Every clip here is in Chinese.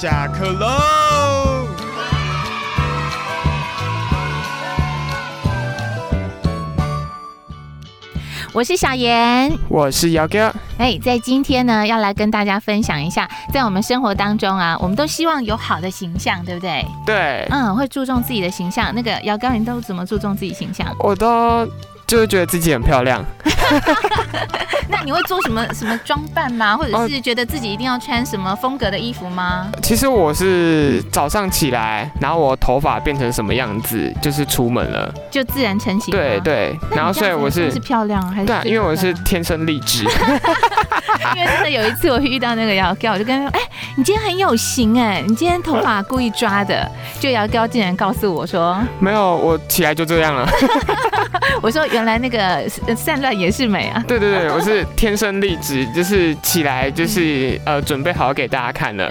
下课喽！我是小妍，我是姚哥，哎，在今天呢，要来跟大家分享一下，在我们生活当中啊，我们都希望有好的形象，对不对？对，嗯，会注重自己的形象。那个姚刚，你都怎么注重自己形象？我都就是觉得自己很漂亮，那你会做什么什么装扮吗？或者哦是觉得自己一定要穿什么风格的衣服吗？其实我是早上起来，然后我头发变成什么样子，就是出门了。就自然成型吗。对对，那你这样子然后所以我算是是漂亮还是？对啊，因为我是天生丽 质。因为真的有一次我遇到那个姚哥，我就跟他说：“哎、你今天很有型哎、你今天头发故意抓的。”就姚哥竟然告诉我说没有，我起来就这样了。：“我说原来那个呃散乱也是美啊。对对对，我是天生丽质，就是起来就是嗯呃准备好给大家看了。”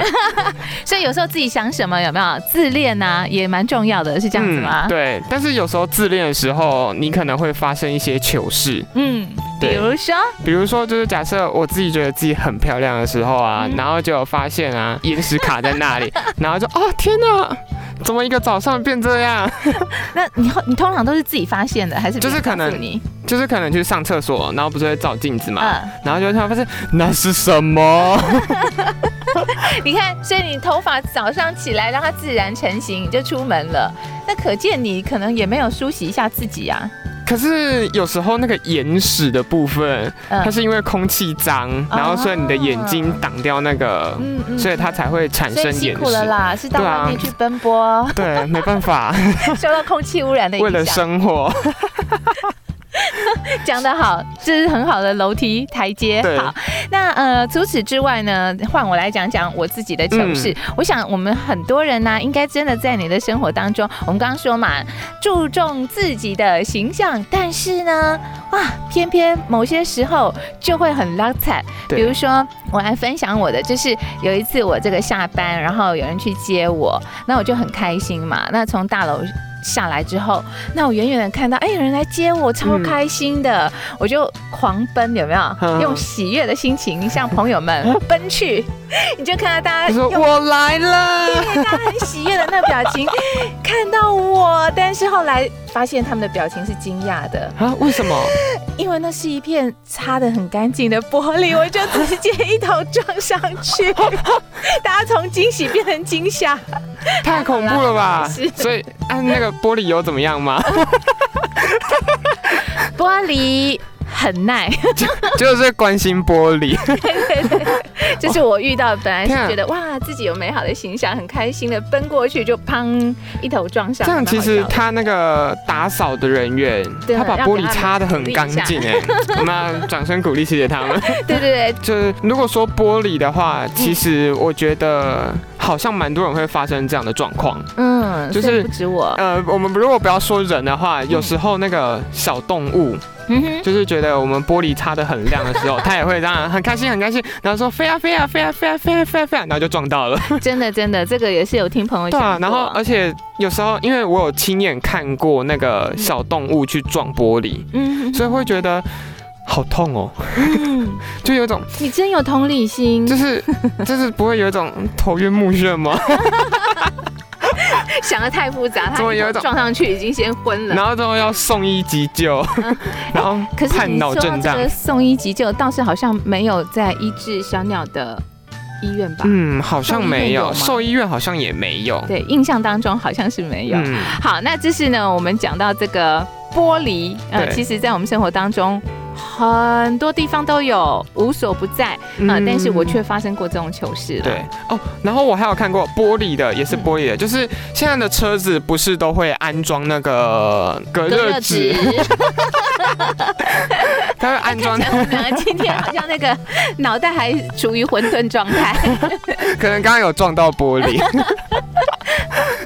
所以有时候自己想什么有没有自恋啊，也蛮重要的，是这样子吗？嗯？对，但是有时候自恋的时候，你可能会发生一些糗事，嗯，比对如说，比如说就是假设我自己觉得自己很漂亮的时候啊，嗯然后就有发现啊岩石卡在那 里，然后就哦天哪，怎么一个早上变这样？那你后你通常都是自己发现的，还是别人就是可能告诉你？就是可能去上厕所，然后不是会照镜子嘛，嗯，然后就会突然发现那是什么？你看，所以你头发早上起来让它自然成型，你就出门了。那可见你可能也没有梳洗一下自己啊。可是有时候那个眼屎的部分，它嗯哦是因为空气脏，然后所以你的眼睛挡掉那个，嗯嗯所以它才会产所生以辛眼苦了屎。啦，是到对啊外面去奔波， 对，没办法。受到空气污染的为了影响。生活，讲得好，这是很好的楼梯台阶。对好，那呃，除此之外呢，换我来讲讲我自己的糗事。我想我们很多人呢、应该真的在你的生活当中，我们刚刚说嘛，注重自己的形象，但是呢，哇，偏偏某些时候就会很拉惨。对比如说，我来分享我的，就是有一次我这个下班，然后有人去接我，那我就很开心嘛。那从大楼下来之后，那我远远的看到，哎，有人来接我，超嗯开心的，我就狂奔，有没有？嗯用喜悦的心情向朋友们奔去，你就看到大家他嗯哎说用我来了，很喜悦的那表情看到我，但是后来发现他们的表情是惊讶的，啊？为什么？因为那是一片擦得很干净的玻 璃，我就直接一头撞上去，大家从惊喜变成惊吓。太恐怖了吧！是所以按那个玻璃有怎么样吗？玻璃很 耐，就是关心玻璃。这是我遇到，本来是天啊觉得哇自己有美好的形象，很开心的奔过去，就砰一头撞上。这样其实蛮好笑的他那个打扫的人员，对他把玻璃擦得很干净哎，我们要掌声鼓励谢谢他们。 对对对，就是如果说玻璃的话，其实我觉得好像蛮多人会发生这样的状况。嗯，就是所以不止我，呃，我们如果不要说人的话，有时候那个小动物，嗯哼，就是觉得我们玻璃擦得很亮的时候，它也会让人很开心很开心，然后说飞啊飞啊飞啊飞啊飞啊飞啊飞啊，然后就撞到了。真的真的，这个也是有听朋友讲对过。啊，然后而且有时候因为我有亲眼看过那个小动物去撞玻璃，嗯，所以会觉得。好痛哦，嗯 就有一种，你真有同理心就，是就是不会有一种头晕目 眩吗？想的太复杂，他怎么有一种撞上去已经先昏了。然后之后要送医急救，嗯 然后可是判你脑说到震这荡个。送医急救，倒是好像没有在医治小鸟的医院吧？嗯，好像没有，兽兽医院好像也没有。对，印象当中好像是没有。嗯，好，那这是呢，我们讲到这个玻璃，呃，对其实在我们生活当中。很多地方都有，无所不在啊、呃嗯但是我却发生过这种糗事了。对哦，然后我还有看过玻璃的，也是嗯玻璃的，就是现在的车子不是都会安装那个隔隔热热纸哎纸，， 它会安装看起来我们两个今天好像那个脑袋还处于混沌状 态。可能刚刚有撞到玻璃。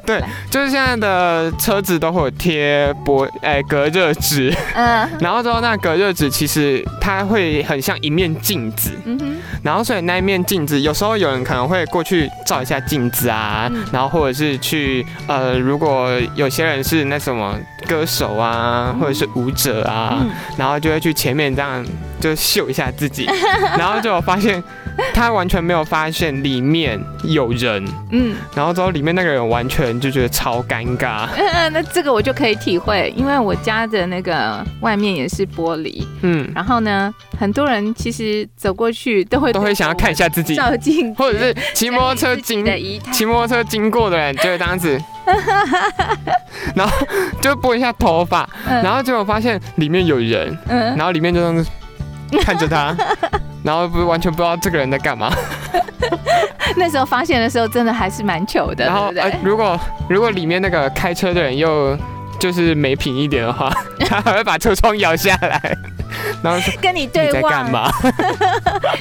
对，就是现在的车子都会有贴玻哎、隔热纸，嗯然后之后那隔热纸其实它会很像一面镜子，嗯哼，然后所以那一面镜子有时候有人可能会过去照一下镜子啊，嗯然后或者是去呃，如果有些人是那什么歌手啊，或者是舞者啊，嗯， 然后就会去前面这样就秀一下自己，然后就有发现他完全没有发现里面有人，嗯然后之后里面那个人完全就觉得超尴尬，嗯嗯， 那这个我就可以体会，因为我家的那个外面也是玻璃，嗯，然后呢，很多人其实走过去都会都会想要看一下自 己，照镜子，或者是骑摩托车经的仪态。骑摩托车经过的人就会这样 子，然后就拨一下头发，嗯然后结果发现里面有人，嗯，然后里面就这样子看 着他，然后不完全不知道这个人在干嘛。那时候发现的时候，真的还是蛮糗的，然后呃哎对不对？如果如果里面那个开车的人又就是没品一点 的话，他还会把车窗摇下来，然后说跟你你对在干望，嘛？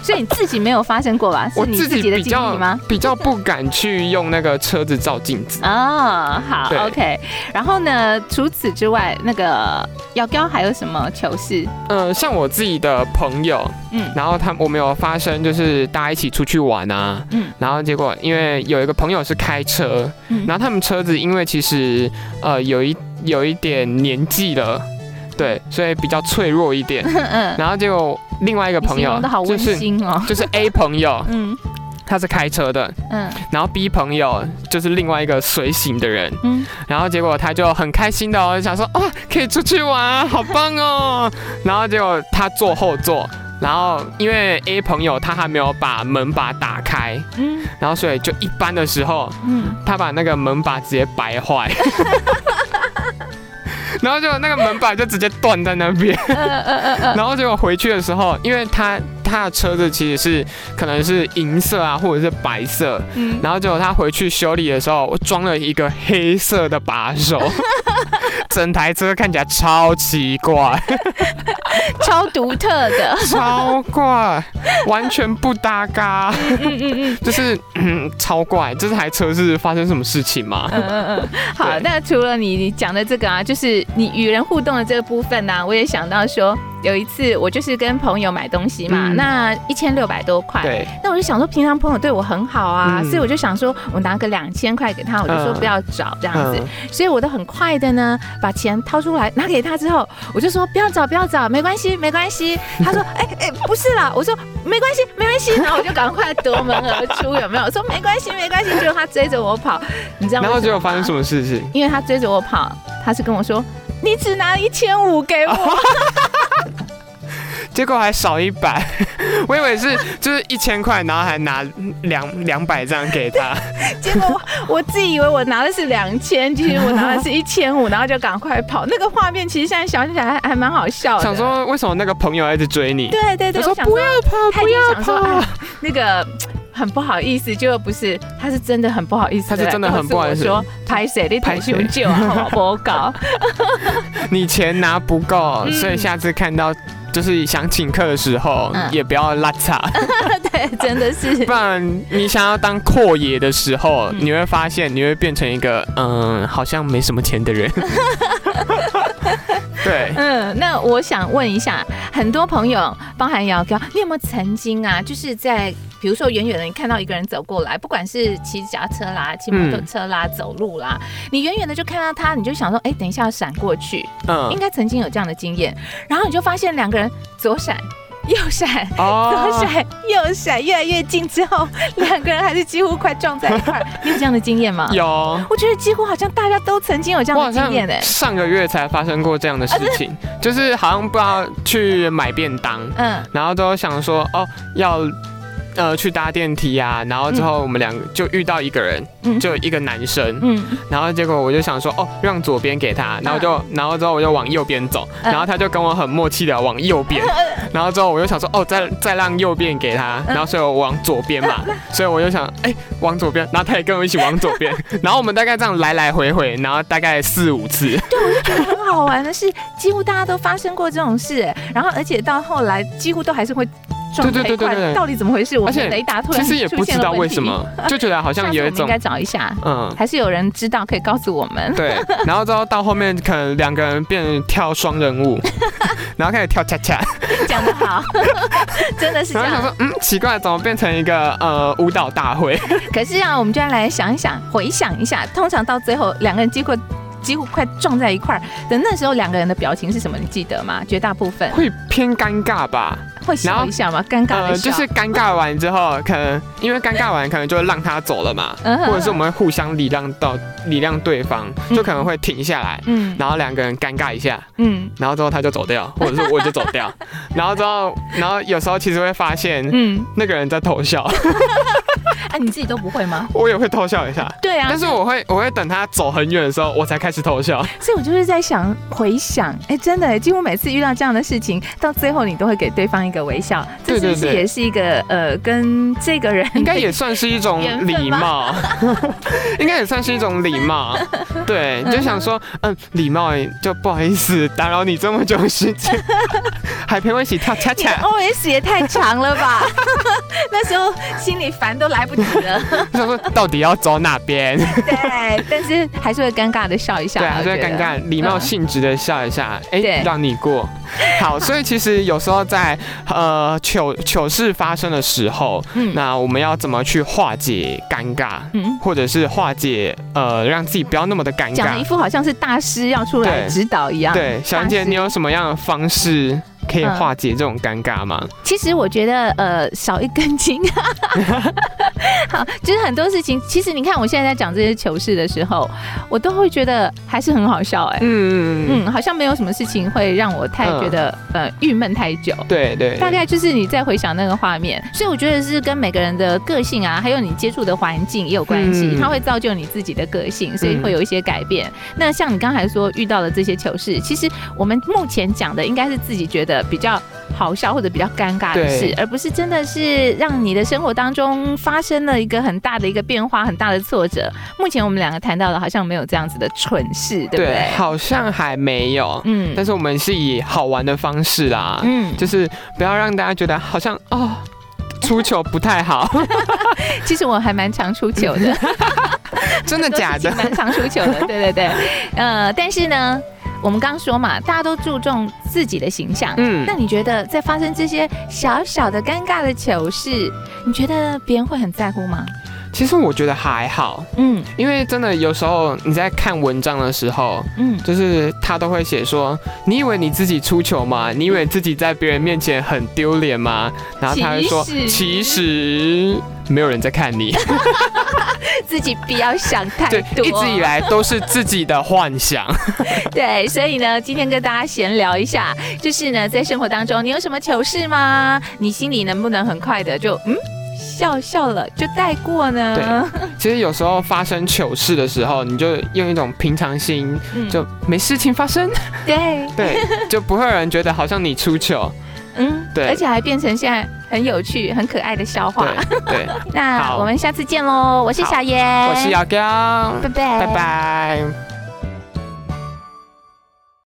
所以你自己没有发生过吧？是我你自己己的比经历吗较？比较不敢去用那个车子照镜 子。哦，好对，OK。然后呢，除此之外，那个姚高还有什么糗事？嗯，像我自己的朋友，嗯然后他我们有发生就是大家一起出去玩啊，嗯然后结果因为有一个朋友是开车，嗯然后他们车子因为其实呃有一有一点年纪了，对，所以比较脆弱一点。 嗯，然后结果另外一个你朋形友啊容的好就温是馨哦。就是 A 朋友嗯他是开车的，嗯然后 B 朋友就是另外一个随行的人，嗯，然后结果他就很开心的、哦，想说哇、可以出去玩啊，好棒哦。 然后结果他坐后座，然后因为 A 朋友他还没有把门把打开，嗯然后所以就一般的时候，嗯，他把那个门把直接掰坏。 然后就那个门把就直接断在那边，呃呃呃呃， 然后结果回去的时候，因为他他的车子其实是可能是银色啊，或者是白色，嗯，然后结果他回去修理的时候，我装了一个黑色的把 手，整台车看起来超奇怪，超独特的，超怪，完全不搭嘎，嗯嗯嗯。就是嗯超怪。这台车是发生什么事情吗？嗯嗯嗯，好，对那除了你你讲的这个啊，就是你与人互动的这个部分呢、我也想到说，有一次我就是跟朋友买东西嘛，嗯那一千六百多块，对，那我就想说，平常朋友对我很好啊，嗯所以我就想说，我拿个两千块给他，我就说嗯不要找这样子，嗯，所以我都很快的呢，把钱掏出来拿给他之后，我就说不要找，不要找，没关系，没关系。他说，哎、哎、不是啦，我说没关系，没关系，然后我就赶快夺门而出，有没有？我说没关系，没关系，结果他追着我跑，你知道然吗？后结果发生什么事情？因为他追着我跑，他是跟我说。你只拿一千五给 我，结果还少一百， 我以为是就是一千块，然后还拿两两百这样给他，结果我我自己以为我拿的是两千，其实我拿的是一千五，然后就赶快跑。那个画面其实现在想起来还还蛮好笑的。想说为什么那个朋友还一直追你？对对对，他说我想不要他跑，已哦不经要想说，跑哎。，那个很不好意思，就不是，他是真的很不好意思，他是真的很不好意思说拍谁你太拍谁胸旧啊，好 不好搞？你钱拿不够，嗯所以下次看到就是想请客的时候，嗯也不要拉 差， 对，真的是 不然你想要当阔爷的时候，嗯你会发现你会变成一个嗯，好像没什么钱 的人。对，嗯，那我想问一下，很多朋友，包含姚哥，你有没有曾经啊，就是在比如说远远的你看到一个人走过来，不管是骑脚踏车啦、骑摩托车啦、走路嗯啦，你远远的就看到他，你就想说，哎、等一下要闪过去，应嗯，该曾经有这样的经验，然后你就发现两个人左闪右闪，左哦，闪右闪，越来越近之后，两个人还是几乎快撞在一 块儿。你有这样的经验吗？。有。我觉得几乎好像大家都曾经有这我样好的经验哎、像上个月才发生过这样的事情，欸 就是好像不知道去买便当，嗯然后都想说哦要呃去搭电梯啊，然后之后我们两个就遇到一个人，嗯就一个男生，嗯，然后结果我就想说，哦，让左边给他，然后就，然后之后我就往右边走，嗯然后他就跟我很默契的往右边，然后之后我就想说，哦，再再让右边给他，嗯然后所以我往左边 嘛，所以我就想，哎，往左边，然后他也跟我一起往左 边，然后我们大概这样来来回回，然后大概四五次，很好玩的是，几乎大家都发生过这种事、哎然后而且到后来几乎都还是会撞在对对对一块对对儿，对到底怎么回事？我而且们雷 达突其然实也出不现知了道为问题什么， 就觉得好下像次有我 们一应种该，找一下，嗯。还是有人知道可以告诉我们。对，然后之后到后面可能两个人变成跳双人 舞，然后开始跳恰恰，讲得 好，真的是这然后样。想说，嗯，奇怪，怎么变成一个呃舞蹈大会？可是啊，我们就要来想一想，回想一下，通常到最后两个人经过几乎快撞在一块儿的那时候，两个人的表情是什么？你记得吗？绝大部分会偏尴尬吧？呃会笑一下吗？尴尬的笑、就是尴尬完之后，可能因为尴尬完，可能就会让他走 了嘛，嗯或者是我们会互相礼让到礼让对方，就可能会停下来，嗯然后两个人尴尬一下，嗯然后之后他就走掉， 或者是我就走掉，然后之后，然后有时候其实会发现嗯，那个人在偷笑， 啊，你自己都不会吗？我也会偷笑一下。对啊但，是我会，我会等他走很远的时候，我才开始偷笑。所以我就是在想回想，哎、真的，几乎每次遇到这样的事情，到最后你都会给对方一个微笑，这对是对不是对也是一个呃，跟这个 人应该也算是一种缘分礼 貌，应该也算是一种礼貌。对，就想说，嗯，礼貌就不好意思打扰你这么久的 时间，还陪我一起跳恰你 的恰。 OS 哦也太长了吧？ 那时候心里烦都来不及了。就想说到底要走哪 边？对，但是还是会尴尬的笑一笑。对啊，我就觉会得尴尬，礼貌性质的笑一下，哎、对让你过。 好，所以其实有时候在呃糗糗事发生的时候，嗯那我们要怎么去化解尴尬？嗯，或者是化解，呃，让自己不要那么的尴讲的一尬。副好像是大师要出来对指导一样。对，小安姐，大师你有什么样的方式可以化解这种尴尬吗？其实我觉得，呃，少一根筋。 好，就是很多事情，其实你看我现在在讲这些糗事的时候，我都会觉得还是很好笑哎、嗯嗯嗯，嗯，好像没有什么事情会让我太嗯觉得、呃郁闷太久。对对，大概就是你在回想那个画面，所以我觉得是跟每个人的个性啊，还有你接触的环境也有关系，嗯它会造就你自己的个性，所以嗯会有一些改变。那像你刚才说遇到的这些糗事，其实我们目前讲的应该是自己觉得比较好笑或者比较尴尬的事对，而不是真的是让你的生活当中发生了一个很大的一个变化、很大的挫折。目前我们两个谈到的好像没有这样子的蠢事，对不对？好像还没有，嗯但是我们是以好玩的方式啦，嗯，就是不要让大家觉得好像哦。出糗不 太好，其实我还蛮常出糗的。真的假 的都是？蛮常出糗的，对对对。呃，但是呢，我们刚说嘛，大家都注重自己的形象。嗯那，你觉得在发生这些小小的尴尬的糗事，你觉得别人会很在乎吗？其实我觉得还好，嗯因为真的有时候你在看文章的时候，嗯，就是他都会写说，你以为你自己出糗吗？你以为自己在别人面前很丢脸吗？然后他会说，其实其实没有人在看 你， 自己不要 想太对，多。一直以来都是自己的幻 想。对，所以呢，今天跟大家闲聊一下，就是呢，在生活当中，你有什么糗事吗？你心里能不能很快的就嗯笑笑了就带过呢？其实有时候发生糗事的时候，你就用一种平常心， 嗯，就没事情 发生，对，对，就不会有人觉得好像你出糗，嗯，对而且还变成现在很有趣、很可爱的笑话。对对。 那好我们下次见喽！我是好小妍，我是姚刚，拜拜，拜拜。